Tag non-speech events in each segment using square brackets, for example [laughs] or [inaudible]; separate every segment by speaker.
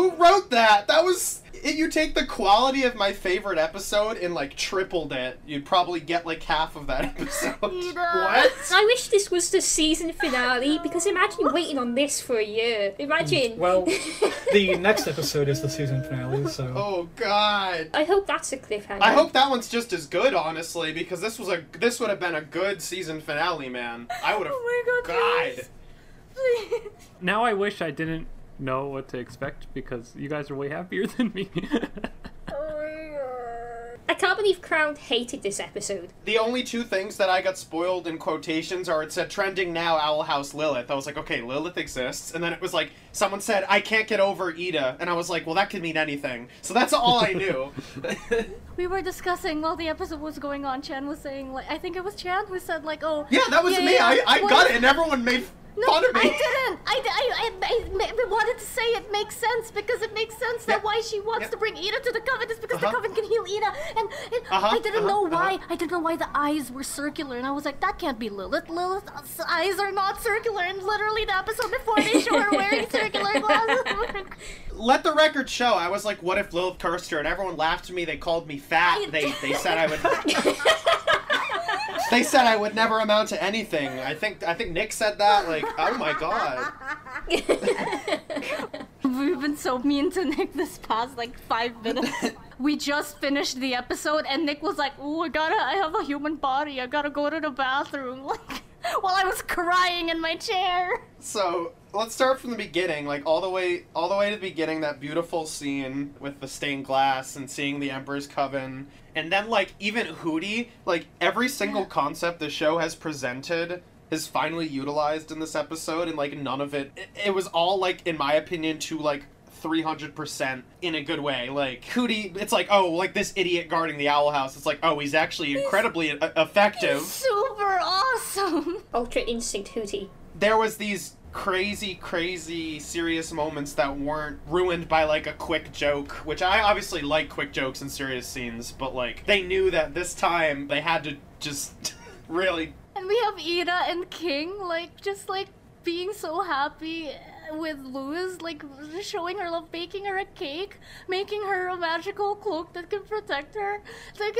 Speaker 1: that. That was. If you take the quality of my favorite episode and like tripled it, you'd probably get like half of that [laughs] episode. What?
Speaker 2: I wish this was the season finale because imagine waiting on this for a year.
Speaker 1: Mm,
Speaker 2: Imagine.
Speaker 3: Well, the next episode is the season finale, so.
Speaker 1: [laughs] Oh god.
Speaker 2: [laughs] I hope that's a cliffhanger.
Speaker 1: I hope that one's just as good, honestly, because this was a this would have been a good season finale, man. I would have.
Speaker 4: Oh my god,
Speaker 1: God.
Speaker 4: please.
Speaker 5: Now I wish I didn't know what to expect because you guys are way happier [laughs] than me.
Speaker 4: Oh Please.
Speaker 2: I can't believe Crown hated
Speaker 1: [laughs]
Speaker 2: this episode.
Speaker 1: The only two things that I got spoiled in quotations are it said trending now Owl House Lilith. I was like, okay, Lilith exists. And then it was like, someone said, I can't get over Ida. And I was like, well, that could mean anything. So that's all I knew.
Speaker 4: We were discussing while the episode was going on. Chan was saying, like, I think it was Chan who said, like, oh.
Speaker 1: yeah, that was me.
Speaker 4: yeah,
Speaker 1: I, I
Speaker 4: what
Speaker 1: got
Speaker 4: if-
Speaker 1: it, and everyone made
Speaker 4: No,
Speaker 1: fun of me.
Speaker 4: I didn't. I, d- I- I- I ma- wanted to say it makes sense because it makes sense that
Speaker 1: Yeah.
Speaker 4: why she wants
Speaker 1: Yeah.
Speaker 4: to bring Ina to the coven is because
Speaker 1: Uh-huh.
Speaker 4: the coven can heal Ina. And, and
Speaker 1: Uh-huh,
Speaker 4: I didn't
Speaker 1: uh-huh,
Speaker 4: know
Speaker 1: uh-huh.
Speaker 4: why. I didn't know why the eyes were circular. And I was like, that can't be Lilith. Lilith's eyes are not circular. And literally the episode before they show
Speaker 1: [laughs]
Speaker 4: her wearing circular glasses. [laughs]
Speaker 1: Let the record show. I was like, what if Lilith cursed her? And everyone laughed at me. They called me fat. They, they said I would. [laughs] They said I would never amount to anything. I think I think Nick said that. Like, oh my god.
Speaker 4: We've been so mean to Nick this past like five minutes. we just finished the episode and Nick was like, "Oh, I gotta, I have a human body. I gotta go to the bathroom." [laughs] Like while I was crying in my chair.
Speaker 1: So let's start from the beginning, like all the way, all the way to the beginning. That beautiful scene with the stained glass and seeing the Emperor's Coven, and then like even Hootie, like every single concept the show has presented is finally utilized in this episode, and like none of it, it, it was all like, in my opinion, to like. 300% in a good way. Like, Hootie, it's like, oh, like this idiot guarding the Owl House. It's like, oh, he's actually incredibly e- effective.
Speaker 4: Super awesome.
Speaker 2: Ultra Instinct Hootie.
Speaker 1: there was these crazy crazy serious moments that weren't ruined by like a quick joke which i obviously like quick jokes in serious scenes but like they knew that this time they had to just [laughs] really
Speaker 4: And we have Ida and King like just like being so happy with Lewis, like showing her love, baking her a cake, making her a magical cloak that can protect her. Like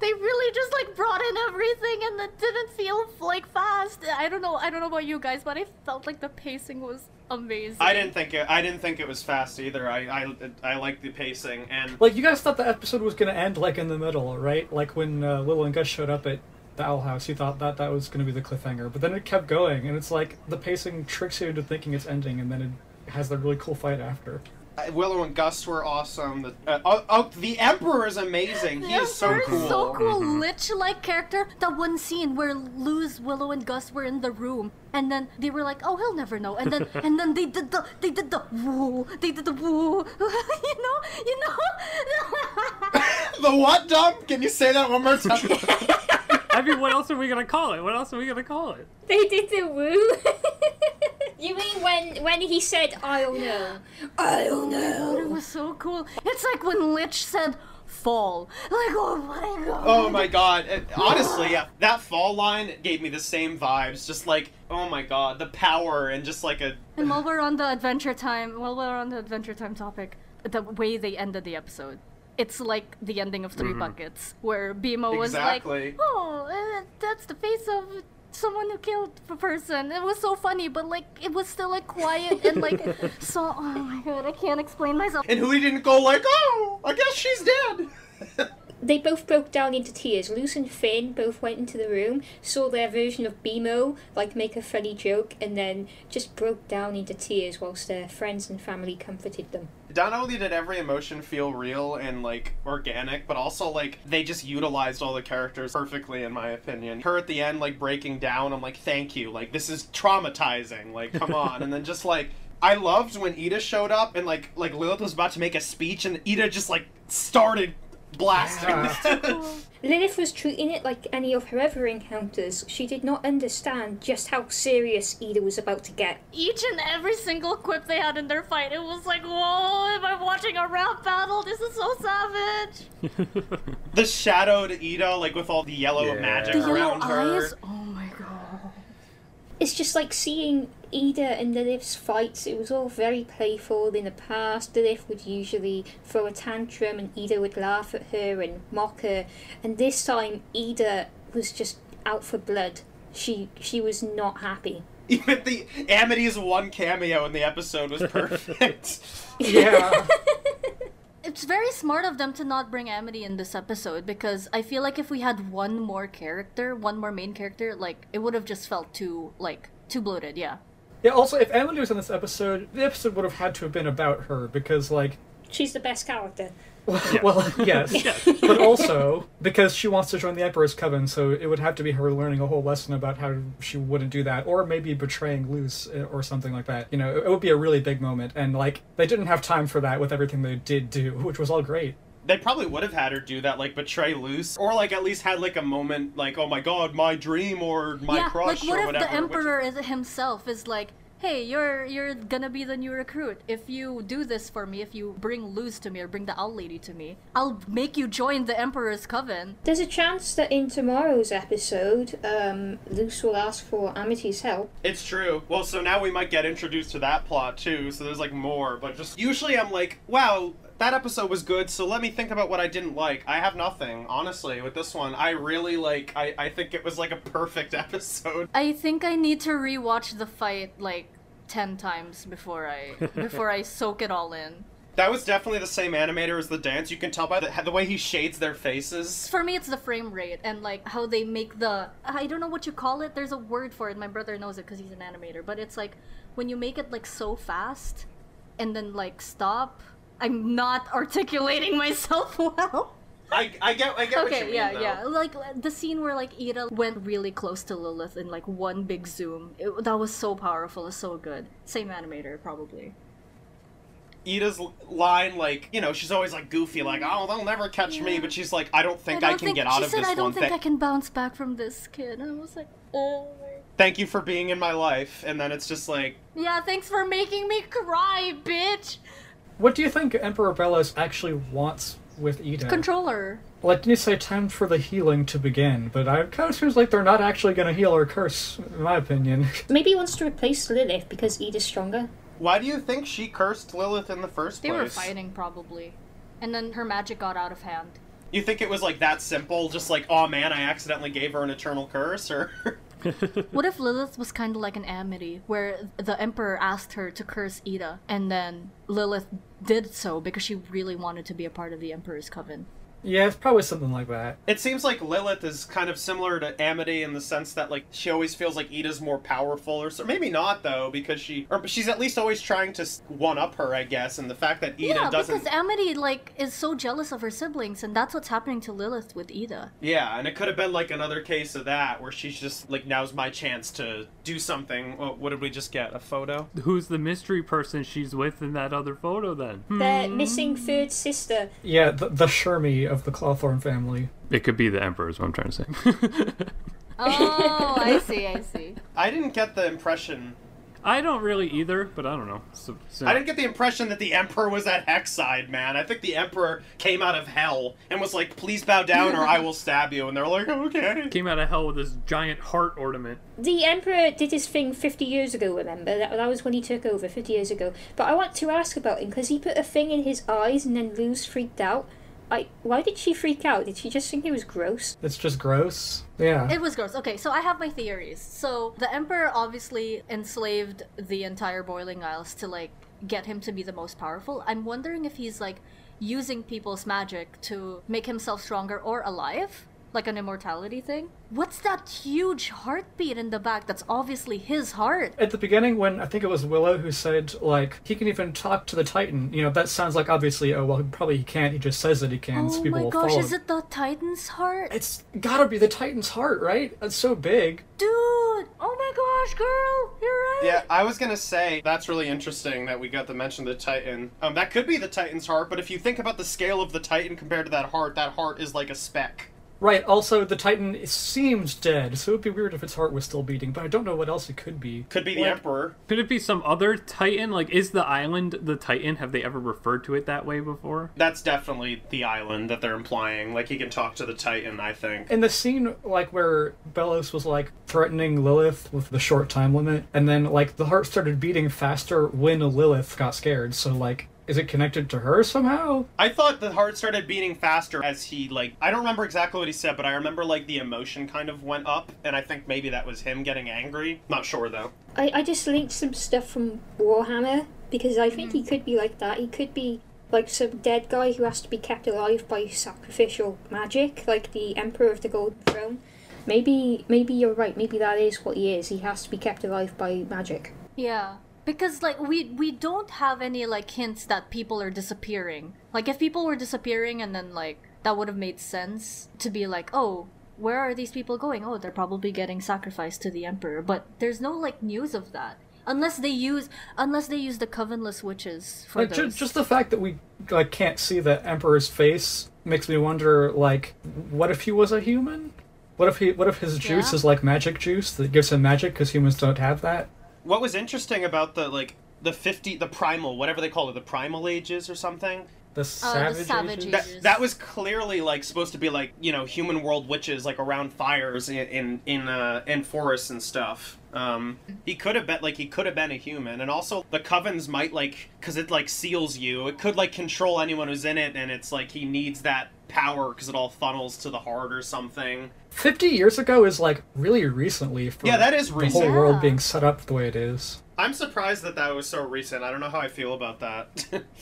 Speaker 4: they really just like brought in everything and it didn't feel like fast. I don't know. I don't know about you guys, but I felt like the pacing was amazing.
Speaker 1: i didn't think it i didn't think it was fast either i i, I like the pacing and
Speaker 3: Like, you guys thought the episode was gonna end, like, in the middle, right? Like, when uh, Lil and Gus showed up at the Owl House, you thought that that was gonna be the cliffhanger, but then it kept going, and it's like the pacing tricks you into thinking it's ending, and then it has that really cool fight after.
Speaker 1: uh, willow and gus were awesome the uh, oh, oh, the emperor is amazing he
Speaker 4: Yeah,
Speaker 1: is so
Speaker 4: very
Speaker 1: cool Mm-hmm.
Speaker 4: So cool, lich-like character. That one scene where Luz, Willow, and Gus were in the room, and then they were like, "Oh, he'll never know,"
Speaker 1: [laughs]
Speaker 4: and then and then they did the they did the woo, they did the woo, [laughs] you know, you know. [laughs]
Speaker 1: the what dump can you say that one more time
Speaker 5: I mean, what else are we gonna call it? What else are we gonna call it?
Speaker 2: They did the woo. [laughs] you mean when when he said I'll know. I'll know.
Speaker 4: it was so cool. It's like when Lich said "fall," like oh my god.
Speaker 1: Oh my god. And honestly, yeah, that fall line gave me the same vibes. Just like, oh my god, the power and just like a.
Speaker 4: And while we're on the Adventure Time, while we're on the Adventure Time topic, the way they ended the episode, it's like the ending of 3 Buckets, where Bimo was
Speaker 1: Mm-hmm. Exactly.
Speaker 4: like, "Oh, uh, that's the face of someone who killed a person." It was so funny, but like it was still like quiet and like so. Oh my god, I can't explain myself.
Speaker 1: And who he didn't go like, oh, I guess she's dead.
Speaker 2: They both broke down into tears. Luz and Finn both went into the room, saw their version of Bimo, like make a funny joke, and then just broke down into tears whilst their friends and family comforted them.
Speaker 1: Not only did every emotion feel real and like organic, but also like they just utilized all the characters perfectly, in my opinion. Her at the end, like breaking down, I'm like, thank you. Like, this is traumatizing. Like, come on. and then just like. I loved when Ida showed up and like like Lilith was about to make a speech and Ida just like started blasting. [laughs]
Speaker 2: Lilith was treating it like any of her other encounters. She did not understand just how serious Ida was about to get.
Speaker 4: Each and every single quip they had in their fight, it was like, "Whoa, am I watching a rap battle? This is so savage."
Speaker 5: [laughs]
Speaker 1: the shadowed Ida, like with all the yellow
Speaker 5: Yeah.
Speaker 1: magic
Speaker 5: The
Speaker 4: The yellow
Speaker 1: around her.
Speaker 4: eyes. Oh my god.
Speaker 2: it's just like seeing Ida and Lilith's fights, it was all very playful in the past. Lilith would usually throw a tantrum and Ida would laugh at her and mock her. And this time Ida was just out for blood. She she was not happy.
Speaker 1: [laughs] Even the Amity's one cameo in the episode was perfect.
Speaker 3: Yeah.
Speaker 4: It's very smart of them to not bring Amity in this episode because I feel like if we had one more character, one more main character, like it would have just felt too like too bloated, yeah.
Speaker 3: yeah. Also, if Emily was in this episode, the episode would have had to have been about her because, like,
Speaker 2: She's the best character.
Speaker 3: well, [laughs] yes,
Speaker 5: Yeah.
Speaker 3: but also because she wants to join the Emperor's Coven, so it would have to be her learning a whole lesson about how she wouldn't do that, or maybe betraying Luce uh, or something like that. You know, it would be a really big moment, and like they didn't have time for that with everything they did do, [laughs] which was all great.
Speaker 1: they probably would have had her do that, like betray Luce, or like at least had like a moment, like oh my god, my dream or my
Speaker 4: yeah,
Speaker 1: crush
Speaker 4: like what
Speaker 1: or
Speaker 4: if
Speaker 1: whatever.
Speaker 4: the
Speaker 1: which-
Speaker 4: emperor is himself is like, "Hey, you're you're gonna be the new recruit. If you do this for me, if you bring Luz to me or bring the owl lady to me, I'll make you join the emperor's coven."
Speaker 2: There's a chance that in tomorrow's episode, um, Luce will ask for Amity's help.
Speaker 1: It's true. Well, so now we might get introduced to that plot too. So there's like more, but just usually I'm like, wow, that episode was good. So let me think about what I didn't like. I have nothing, honestly, with this one. I really like. I I think it was like a perfect [laughs] episode.
Speaker 4: I think I need to rewatch the fight like 10 times before
Speaker 1: [laughs]
Speaker 4: I before I soak it all in.
Speaker 1: That was definitely the same animator as the dance. You can tell by the, the way he shades their faces.
Speaker 4: For me, it's the frame rate and like how they make the I don't know what you call it. There's a word for it. My brother knows it because he's an animator. But it's like when you make it like so fast, and then like stop. I'm not [laughs] articulating myself [laughs] well.
Speaker 1: I, I get I get what you
Speaker 4: Okay,
Speaker 1: mean
Speaker 4: yeah,
Speaker 1: though.
Speaker 4: yeah. Like uh, the scene where like Ida went really close to Lilith in like one big zoom. It, that was so powerful. It's so good. Same animator, probably.
Speaker 1: Ida's l- line, like you know, she's always like goofy, like oh they'll never catch me, but she's like I don't think I,
Speaker 4: don't
Speaker 1: can get out
Speaker 4: she
Speaker 1: of
Speaker 4: said,
Speaker 1: this
Speaker 4: I don't
Speaker 1: one
Speaker 4: think
Speaker 1: thing.
Speaker 4: I can bounce back from this kid. And I was like, oh my.
Speaker 1: Thank you for being in my life, and then it's just like
Speaker 4: Yeah, thanks for making me cry, bitch.
Speaker 3: What do you think Emperor Belos actually wants with Ida?
Speaker 4: Controller.
Speaker 3: Like, didn't you say time for the healing to begin? But I it kind of seems like they're not actually going to heal or curse, in my opinion. [laughs]
Speaker 2: Maybe he wants to replace Lilith because Ida's stronger.
Speaker 1: Why do you think she cursed Lilith in the first
Speaker 4: They
Speaker 1: place?
Speaker 4: were fighting probably, and then her magic got out of hand.
Speaker 1: You think it was like that simple, just like, oh man, I accidentally gave her an eternal curse, or [laughs]
Speaker 4: What if Lilith was kind of like an Amity, where the Emperor asked her to curse Ida, and then Lilith did so because she really wanted to be a part of the Emperor's coven?
Speaker 3: yeah, it's probably something like that.
Speaker 1: it seems like Lilith is kind of similar to Amity in the sense that like she always feels like Ida's more powerful, or so maybe not though, because she or she's at least always trying to one up her, I guess, and the fact that Ida
Speaker 4: yeah,
Speaker 1: doesn't.
Speaker 4: because Amity like is so jealous of her siblings, and that's what's happening to Lilith with [laughs] Ida.
Speaker 1: Yeah, and it could have been like another case of that where she's just like, now's my chance to do something. Well, what did we just get? A photo?
Speaker 5: Who's the mystery person she's with in that other photo then? Hmm.
Speaker 2: Their missing third sister.
Speaker 3: Yeah, the, the Shermie of the Clawthorn family.
Speaker 5: It could be the emperor is what I'm trying to say.
Speaker 4: Oh, I see, I see.
Speaker 1: I didn't get the impression.
Speaker 5: [laughs] I don't really either, but I don't know. So, so-
Speaker 1: I didn't get the impression that the Emperor was at Hexside, man. I think the Emperor came out of hell and was like, please bow down or I will stab you. And they're like, okay.
Speaker 5: came out of hell with this giant heart ornament.
Speaker 2: The Emperor did his thing 50 years ago, remember? That, that was when he took over, 50 years ago. But I want to ask about him because he put a thing in his eyes and then Luz freaked out. I, why did she freak out? Did she just think it was gross?
Speaker 3: It's just gross. Yeah.
Speaker 4: It was gross. Okay, so I have my theories. So the emperor obviously enslaved the entire Boiling Isles to like get him to be the most powerful. I'm wondering if he's like using people's magic to make himself stronger or alive, like an immortality thing. What's that huge heartbeat in the back? That's obviously his heart.
Speaker 3: At the beginning, when I think it was Willow who said, like, he can even talk to the Titan, you know, that sounds like obviously, oh, well, probably he can't. He just says that he can, so
Speaker 4: oh
Speaker 3: people
Speaker 4: my
Speaker 3: will
Speaker 4: gosh,
Speaker 3: follow.
Speaker 4: is it the Titan's heart?
Speaker 3: It's gotta be the Titan's heart, right? It's so big.
Speaker 4: Dude! Oh my gosh, girl! You're right!
Speaker 1: Yeah, I was gonna say that's really interesting that we got the mention of the Titan. Um, that could be the Titan's heart, but if you think about the scale of the Titan compared to that heart, that heart is like a speck.
Speaker 3: Right. Also, the Titan seems dead, so it'd be weird if its heart was still beating. But I don't know what else it could be.
Speaker 1: Could be the
Speaker 3: Like-
Speaker 1: Emperor.
Speaker 5: Could it be some other Titan? Like, is the island the Titan? Have they ever referred to it that way before?
Speaker 1: That's definitely the island that they're implying. Like he can talk to the Titan, I think.
Speaker 3: In the scene, like where Belos was like threatening Lilith with the short time limit, and then like the heart started beating faster when Lilith got scared. So like, is it connected to her somehow?
Speaker 1: I thought the heart started beating faster as he like I don't remember exactly what he said, but I remember like the emotion kind of went up, and I think maybe that was him getting angry. Not sure though.
Speaker 2: I, I just linked some stuff from Warhammer because I think he could be like that. He could be like some dead guy who has to be kept alive by sacrificial magic, like the Emperor of the Golden Throne. Maybe maybe you're right. Maybe that is what he is. He has to be kept alive by magic.
Speaker 4: Yeah. Because like we we don't have any like hints that people are disappearing. Like if people were disappearing and then like that would have made sense to be like, "Oh, where are these people going? Oh, they're probably getting sacrificed to the emperor." But there's no like news of that. Unless they use unless they use the covenless witches for
Speaker 3: Like, ju-
Speaker 4: those.
Speaker 3: just the fact that we like can't see the Emperor's face makes me wonder. Like, what if he was a human? What if he? What if his juice
Speaker 4: Yeah.
Speaker 3: is like magic juice that gives him magic because humans don't have that?
Speaker 1: What was interesting about the like the fifty the primal whatever they call it the primal ages or something
Speaker 3: The savage.
Speaker 4: Oh, savage
Speaker 3: ages?
Speaker 4: ages.
Speaker 1: that that was clearly like supposed to be like you know human world witches like around fires in in in, uh, in forests and stuff. Um, he could have been like he could have been a human, and also the covens might like because it like seals you. It could like control anyone who's in it, and it's like he needs that power because it all funnels to the heart or something.
Speaker 3: Fifty years ago is like really recently. For
Speaker 1: Yeah, that is
Speaker 3: the whole
Speaker 1: recent.
Speaker 3: world
Speaker 4: Yeah.
Speaker 3: being set up the way it is.
Speaker 1: I'm surprised that that was so recent. I don't know how I feel about that.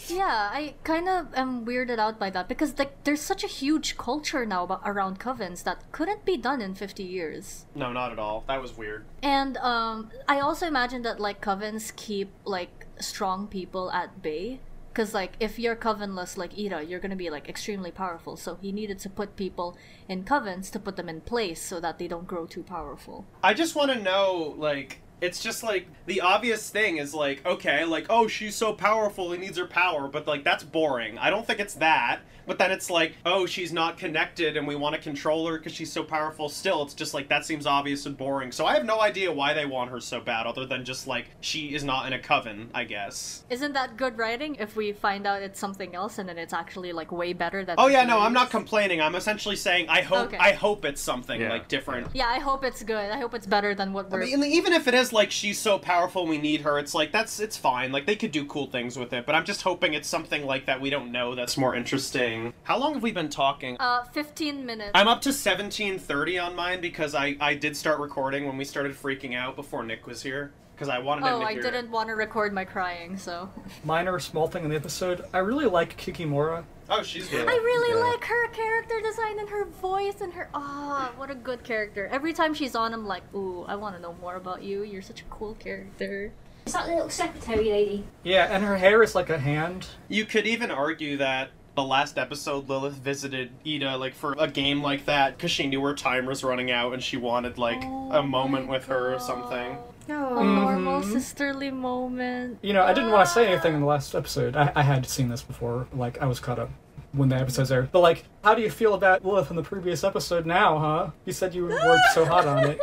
Speaker 4: Yeah, I kind of am weirded out by that because like there's such a huge culture now about, around covens that couldn't be done in 50 years.
Speaker 1: [laughs] no, not at all. That was weird.
Speaker 4: And um, I also imagine that like covens keep like strong people at bay. Cause like if you're covenless like Ida, you're gonna be like extremely powerful. So he needed to put people in covens to put them in place so that they don't grow too powerful.
Speaker 1: I just want to know, like, it's just like the obvious thing is like, okay, like, oh, she's so powerful, he needs her power, but like, that's boring. I don't think it's that. But then it's like, oh, she's not connected and we want to control her because she's so powerful still. It's just like, that seems obvious and boring. So I have no idea why they want her so bad, other than just like, she is not in a coven, I guess.
Speaker 4: Isn't that good writing? If we find out it's something else and then it's actually like way better than.
Speaker 1: Oh
Speaker 4: the
Speaker 1: yeah, no,
Speaker 4: theories.
Speaker 1: I'm not complaining. I'm essentially saying I hope
Speaker 4: Okay.
Speaker 1: I hope it's something
Speaker 5: Yeah.
Speaker 1: like different.
Speaker 4: Yeah, I hope it's good. I hope it's better than what
Speaker 1: I
Speaker 4: we're.
Speaker 1: mean, even if it is like she's so powerful we need her, it's like that's it's fine. Like they could do cool things with it, but I'm just hoping it's something like that we don't know that's more interesting. How long have we been talking?
Speaker 4: Uh, 15 minutes.
Speaker 1: I'm up to 17:30 on mine because I I did start recording when we started freaking out before Nick was here because I wanted him
Speaker 4: oh,
Speaker 1: to
Speaker 4: I
Speaker 1: hear.
Speaker 4: didn't want to record my crying, so.
Speaker 3: Minor small thing in the episode. I really like Kikimora.
Speaker 1: Oh, she's good.
Speaker 4: I really
Speaker 3: Yeah.
Speaker 4: like her character design and her voice and her. Ah, what a good character. Every time she's on, I'm like, ooh, I want to know more about you. You're such a cool character.
Speaker 2: Is that little secretary lady?
Speaker 3: Yeah, and her hair is like a hand.
Speaker 1: You could even argue that the last episode Lilith visited Ida like for a game like that because she knew her time was running out and she wanted like a
Speaker 4: Oh
Speaker 1: moment
Speaker 4: my
Speaker 1: with her or
Speaker 4: God.
Speaker 1: something.
Speaker 4: A
Speaker 2: No.
Speaker 4: normal
Speaker 3: Mhm.
Speaker 4: sisterly moment.
Speaker 3: You know, I didn't want to say anything in the last episode. I, I had seen this before. Like, I was caught up when the episode's aired. But, like, how do you feel about Lilith in the previous episode now, huh? You said you were so hot on
Speaker 4: [laughs]
Speaker 3: it.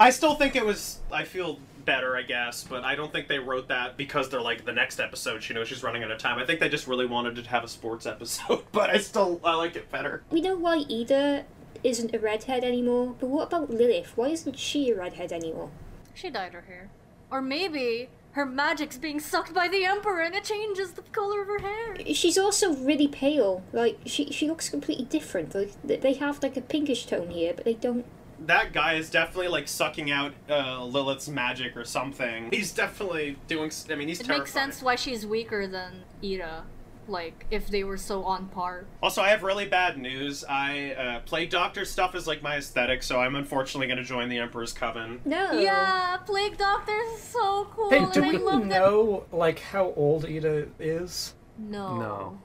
Speaker 1: I still think it was. I feel better, I guess, but I don't think they wrote that because they're like the next episode. She knows she's running out of time. I think they just really wanted to have a sports episode, [laughs] but I still I liked it better.
Speaker 2: We know why Ida isn't a redhead anymore, but what about Lilith? Why isn't she a redhead anymore?
Speaker 4: She dyed her hair. Or maybe her magic's being sucked by the Emperor and it changes the color of her hair.
Speaker 2: She's also really pale. Like she, she looks completely different. Like th- they have like a pinkish tone here, but they don't.
Speaker 1: That guy is definitely like sucking out uh, Lilith's magic or something. He's definitely doing. s- I mean, he's
Speaker 4: It
Speaker 1: terrifying.
Speaker 4: makes sense why she's weaker than Ida. Like, if they were so on par.
Speaker 1: Also, I have really bad news. I uh, play doctor stuff is like my aesthetic, so I'm unfortunately going to join the Emperor's Coven.
Speaker 2: No.
Speaker 4: Yeah, Plague Doctor is so cool.
Speaker 3: Oh. Hey,
Speaker 4: and
Speaker 3: do
Speaker 4: I
Speaker 3: we
Speaker 4: love that-
Speaker 3: know, like, how old Ida is?
Speaker 4: No.
Speaker 5: No.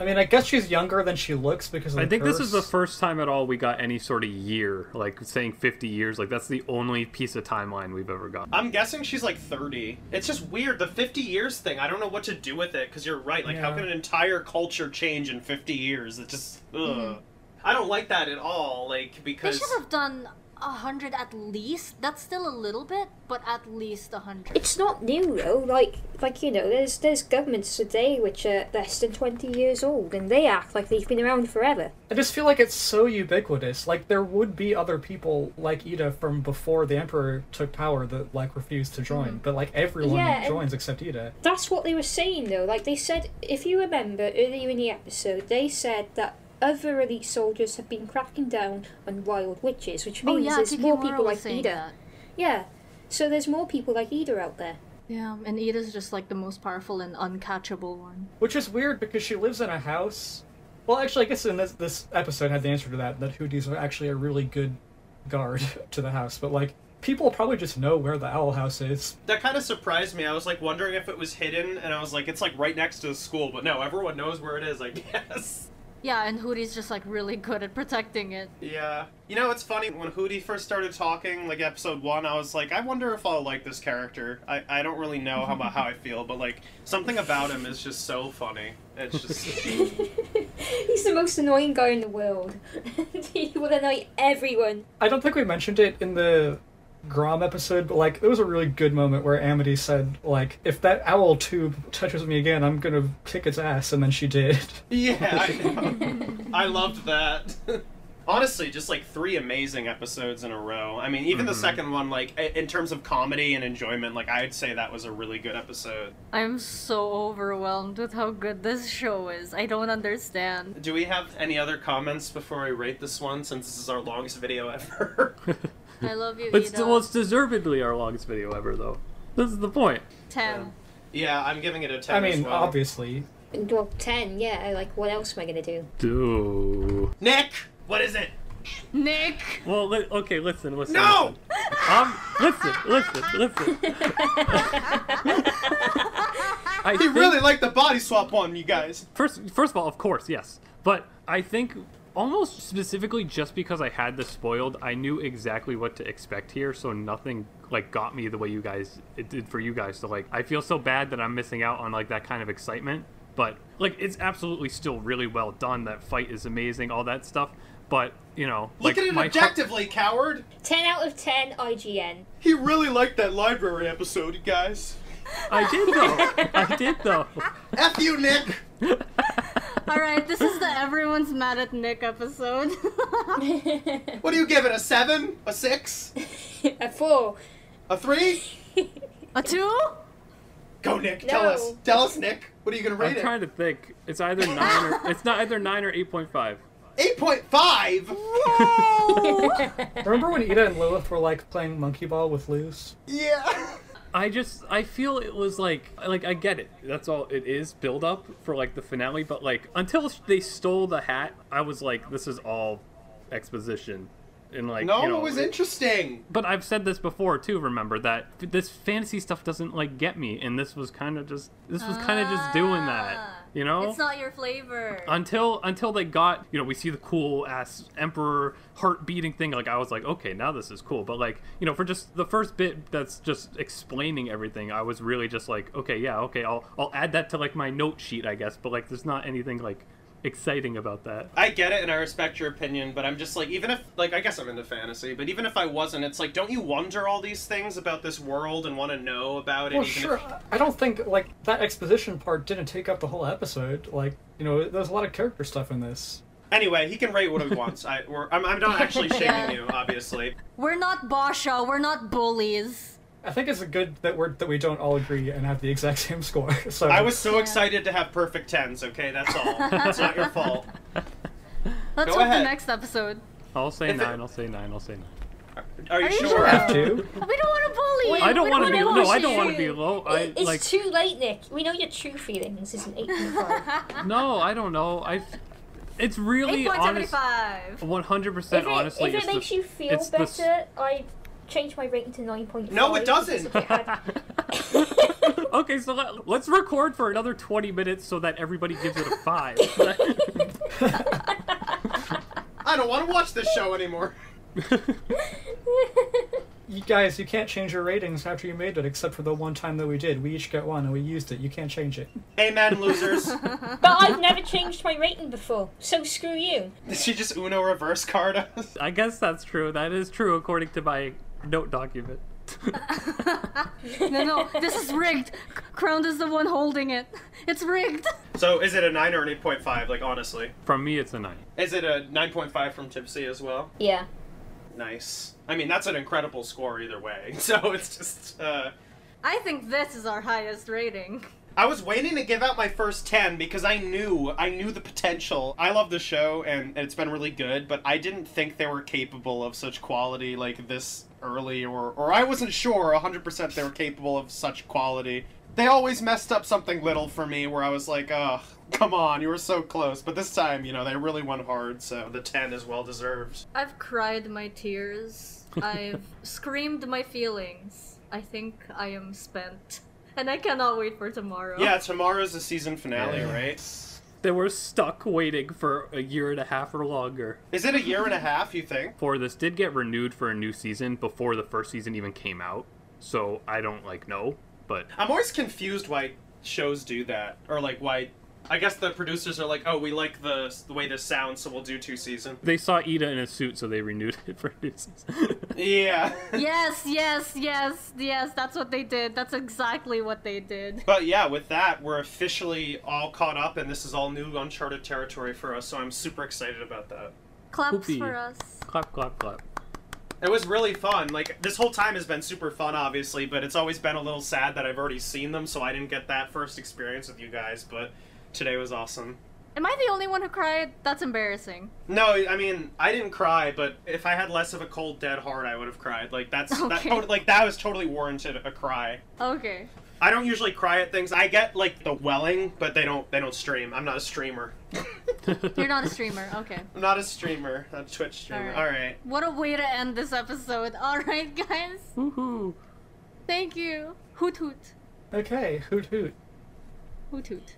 Speaker 3: I mean, I guess she's younger than she looks because of
Speaker 5: I
Speaker 3: the
Speaker 5: think this is the
Speaker 3: curse.
Speaker 5: first time at all we got any sort of year, like saying 50 years. Like, that's the only piece of timeline we've
Speaker 1: [laughs]
Speaker 5: ever got.
Speaker 1: I'm guessing she's like 30. It's just weird the 50 years thing. I don't know what to do with it because you're right. Like, how
Speaker 3: Yeah.
Speaker 1: can an entire culture change in 50 years? It just ugh. I don't like that at all. Like
Speaker 4: They
Speaker 1: because
Speaker 4: should have done a hundred at least. That's still a little bit, but at least a hundred.
Speaker 2: It's not new though. Like, like you know, there's there's governments today which are less than twenty years old, and they act like they've been around forever.
Speaker 3: I just feel like it's so ubiquitous. Like there would be other people like Ida from before the Emperor took power that like refused to join,
Speaker 4: Mm-hmm.
Speaker 3: but like everyone
Speaker 2: Yeah, and-
Speaker 3: joins except Ida.
Speaker 2: That's what they were saying though. Like they said, if you remember earlier in the episode, they said that other elite soldiers have been cracking down on wild witches, which
Speaker 4: Oh,
Speaker 2: means there's
Speaker 4: Kiki
Speaker 2: more
Speaker 4: Mora
Speaker 2: people
Speaker 4: was
Speaker 2: like
Speaker 4: saying
Speaker 2: Ida.
Speaker 4: that.
Speaker 2: Yeah. So there's more people like Ida out there.
Speaker 4: Yeah, and Ida's just like the most powerful and uncatchable one.
Speaker 3: Which is weird because she lives in a house. Well, actually, I guess in this, this episode had the answer to that. That Hooties are actually a really good guard [laughs] to the house, but like people probably just know where the owl house is.
Speaker 1: that kind of surprised me. I was like wondering if it was hidden, and I was like, it's like right next to the school, but no, everyone knows where it is. I [laughs] guess.
Speaker 4: Yeah, and Hootie's just like really good at protecting it.
Speaker 1: Yeah. You know, it's funny when Hootie first started talking, like episode one, I was like, I wonder if I'll like this character. I, I don't really know how about how I feel, but like something about him is just so funny. It's [laughs] just
Speaker 2: [laughs] He's the most annoying guy in the world. [laughs] he will annoy everyone.
Speaker 3: I don't think we mentioned it in the Grom episode, but like there was a really good moment where Amity said, like, if that owl tube touches me again, I'm gonna kick its ass, and then she did. [laughs]
Speaker 1: yeah. I, know.
Speaker 5: [laughs]
Speaker 1: I loved that. Honestly, just like three amazing episodes in a row. I mean, even the second one, like i- in terms of comedy and enjoyment, like I'd say that was a really good episode.
Speaker 4: I'm so overwhelmed with how good this show is. I don't understand.
Speaker 1: Do we have any other comments before I rate this one? Since this is our longest video ever.
Speaker 4: I love you,
Speaker 5: It's,
Speaker 4: Ida.
Speaker 5: well, it's deservedly our longest video ever, though. This is the point.
Speaker 4: Ten.
Speaker 1: [laughs] yeah, I'm giving it a ten.
Speaker 3: I
Speaker 1: as
Speaker 3: mean,
Speaker 1: well.
Speaker 3: obviously,
Speaker 2: Well, ten, yeah. Like, what else am I gonna [laughs] do?
Speaker 5: Do.
Speaker 1: Nick, what is it?
Speaker 4: Nick!
Speaker 5: Well, li- okay, listen, listen.
Speaker 1: No!
Speaker 5: Listen. Um, listen, listen, listen.
Speaker 2: [laughs]
Speaker 5: I
Speaker 1: He
Speaker 5: think-
Speaker 1: really liked the body swap one, you guys.
Speaker 5: First, first of all, of course, yes. But I think almost specifically just because I had this spoiled, I knew exactly what to expect here, so nothing like got me the way you guys it did for you guys. So like, I feel so bad that I'm missing out on like that kind of excitement. But like, it's absolutely still really well done. That fight is amazing, all that stuff. But you know, like
Speaker 1: Look at it
Speaker 5: my heart-
Speaker 1: objectively, coward.
Speaker 2: Ten out of ten, IGN.
Speaker 1: He really liked that library episode, you guys.
Speaker 5: I
Speaker 1: [laughs]
Speaker 5: did though. I did though.
Speaker 1: F you, Nick.
Speaker 4: Alright, this is the Everyone's Mad at Nick episode. [laughs]
Speaker 1: What do you give it? A seven? A six?
Speaker 2: A four.
Speaker 1: A three?
Speaker 4: A two?
Speaker 1: Go, Nick. Tell us.
Speaker 2: No.
Speaker 1: Tell us, Nick. What are you gonna
Speaker 5: I'm
Speaker 1: rate
Speaker 5: trying
Speaker 1: it?
Speaker 5: to think. It's either nine or it's not either nine or eight point five.
Speaker 1: Eight point five.
Speaker 4: Whoa!
Speaker 3: remember when Ida and Lilith were like playing monkey ball with Luz?
Speaker 1: [laughs] Yeah.
Speaker 5: I just I feel it was like like I get it. That's all it is build up for like the finale, but like until they stole the hat, I was like this is all exposition. And like
Speaker 1: No,
Speaker 5: you know,
Speaker 1: it was interesting.
Speaker 5: But I've said this before too, remember that f- this fantasy stuff doesn't like get me and this was kind of just this was kind of just doing that,
Speaker 4: Ah.
Speaker 5: you know?
Speaker 4: It's not your flavor.
Speaker 5: until until they got you know we see the cool ass emperor heart beating thing like i was like okay now this is cool but like you know for just the first bit that's just explaining everything i was really just like okay yeah okay i'll i'll add that to like my note sheet i guess but like there's not anything like exciting about that
Speaker 1: I get it and I respect your opinion, but I'm just like, even if, like, I guess I'm into fantasy, but even if I wasn't, it's like, don't you wonder all these things about this world and want to know about it?
Speaker 3: Well,
Speaker 1: even
Speaker 3: sure.
Speaker 1: If,
Speaker 3: I don't think like that exposition part didn't take up the whole episode. Like, you know, there's a lot of character stuff in this.
Speaker 1: anyway, he can rate what he wants. I, we're, I'm, I'm not
Speaker 4: [laughs]
Speaker 1: actually shaming you, obviously.
Speaker 4: We're not Basha, we're not bullies.
Speaker 3: I think it's good that we're that we don't all agree and have the exact [laughs] same score. So
Speaker 1: I was so excited to have perfect tens. Okay, that's all. It's not your
Speaker 4: [laughs]
Speaker 1: fault.
Speaker 4: Let's
Speaker 1: Go
Speaker 4: hope
Speaker 1: ahead.
Speaker 4: the next episode.
Speaker 5: i'll say
Speaker 1: If it-
Speaker 5: nine i'll say nine i'll say nine
Speaker 1: Are you,
Speaker 4: Are you
Speaker 1: sure?
Speaker 4: sure?
Speaker 3: have to.
Speaker 4: We don't want to bully!
Speaker 5: i don't
Speaker 4: We
Speaker 5: want to be
Speaker 4: wanna
Speaker 5: no i
Speaker 4: bully.
Speaker 5: don't want to be low i
Speaker 2: It- it's
Speaker 5: like
Speaker 2: too late, Nick. We know your true feelings is an eight point five.
Speaker 5: no i don't know i it's really honest
Speaker 4: 8.75.
Speaker 5: 100%
Speaker 2: if it,
Speaker 5: honestly
Speaker 2: if it
Speaker 5: it's
Speaker 2: makes
Speaker 5: the,
Speaker 2: you feel
Speaker 5: it's the
Speaker 2: better,
Speaker 5: s-
Speaker 2: I change my rating to nine point five.
Speaker 1: No, it doesn't.
Speaker 5: [laughs] okay, so let, let's record for another 20 minutes so that everybody gives it a [laughs] five.
Speaker 1: I don't want to watch this show anymore.
Speaker 3: [laughs] you guys, you can't change your ratings after you made it, except for the one time that we did. We each got one and we used it. You can't change it.
Speaker 1: Amen, losers.
Speaker 2: [laughs] But I've never changed my rating before, so screw you.
Speaker 1: Did [laughs] she just Uno reverse card us?
Speaker 5: I guess that's true. That is true according to my note document.
Speaker 4: [laughs] No, no, this is rigged. C- Crowned is the one holding it. It's rigged.
Speaker 1: So is it a nine or an eight point five? Like honestly,
Speaker 5: From me, it's a nine.
Speaker 1: is it a nine point five from Tipsy as well?
Speaker 2: Yeah.
Speaker 1: Nice. I mean, that's an incredible score either way. [laughs] So it's just. Uh,
Speaker 4: I think this is our highest rating.
Speaker 1: I was waiting to give out my first 10 because I knew I knew the potential. I love the show and it's been really good, but I didn't think they were capable of such quality like this early or or I wasn't sure 100% they were capable of such quality. They always messed up something little for me where I was like, "Ugh, come on, you were so close." But this time, you know, they really went hard, so the 10 is well deserved.
Speaker 4: I've cried my tears. I've screamed my feelings. I think I am spent. And I cannot wait for tomorrow.
Speaker 1: Yeah, tomorrow's the season finale, right?
Speaker 5: They were stuck waiting for a year and a half or longer.
Speaker 1: Is it a year and a half, you think?
Speaker 5: For this did get renewed for a new season before the first season even came out, so I don't like know, but
Speaker 1: I'm always confused why shows do that, or like why. I guess the producers are like, oh, we like the the way this sounds, so we'll do two season.
Speaker 5: they saw Ida in a suit, so they renewed [laughs] it for a new
Speaker 4: [laughs]
Speaker 5: season.
Speaker 1: Yeah.
Speaker 4: Yes, yes, yes, yes, that's what they did. That's exactly what they did.
Speaker 1: [laughs] But yeah, with that, we're officially all caught up, and this is all new uncharted territory for us. So I'm super excited about that.
Speaker 4: Claps
Speaker 5: Poopy.
Speaker 4: for us.
Speaker 5: clap, clap, clap.
Speaker 1: It was really fun. Like this whole time has been super fun, obviously, but it's always been a little sad that I've already seen them, so I didn't get that first experience with you guys. But today was awesome.
Speaker 4: Am I the only one who cried? That's embarrassing.
Speaker 1: No, I mean I didn't cry, but if I had less of a cold, dead heart, I would have cried. Like that's that,
Speaker 4: Okay.
Speaker 1: tot- like that was totally warranted a cry.
Speaker 4: Okay.
Speaker 1: I don't usually cry at things. I get like the welling, but they don't they don't stream. I'm not a streamer.
Speaker 4: You're
Speaker 5: [laughs]
Speaker 4: not a streamer. Okay.
Speaker 1: I'm not a streamer. Not a Twitch streamer. All
Speaker 4: All
Speaker 1: right.
Speaker 4: What a way to end this episode. Alright, guys.
Speaker 5: Woohoo!
Speaker 4: Thank you. Hoot hoot.
Speaker 3: Okay, hoot hoot.
Speaker 4: Hoot hoot.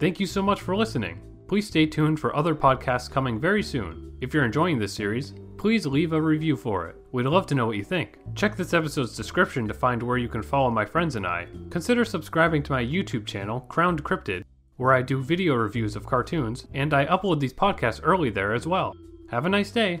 Speaker 5: Thank you so much for listening. Please stay tuned for other podcasts coming very soon. If you're enjoying this series, please leave a review for it. We'd love to know what you think. Check this episode's description to find where you can follow my friends and I. Consider subscribing to my YouTube channel, Crowned Cryptid, where I do video reviews of cartoons, and I upload these podcasts early there as well. Have a nice day.